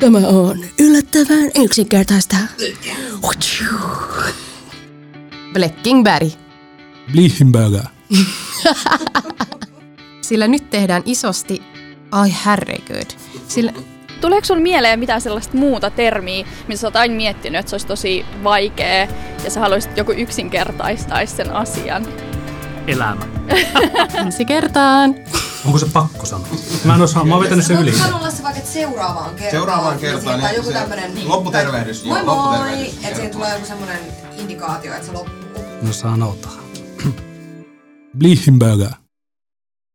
Tämä on yllättävän yksinkertaista. Bleckingberg. Blichtenberger. Sillä nyt tehdään isosti... Ai herregud. Sillä... Tuleeko sun mieleen mitään sellaista muuta termiä, mitä sä oot aina miettinyt, että se olisi tosi vaikea ja sä haluaisit että joku yksinkertaistaisi sen asian? Elämä. Ensi kertaan. Onko se pakko sanoa? Mä en osaa, mä oon vetänyt sen yli. Haluan se vaikka seuraavaan kertaan. Seuraavaan kertaan, Tai niin joku se- tämmönen... Niin, lopputervehdys, tai- Moi joo, moi! lopputervehdys. Että siihen tulee joku semmonen indikaatio, että se loppuu. No sanotaan. Blichtenberger.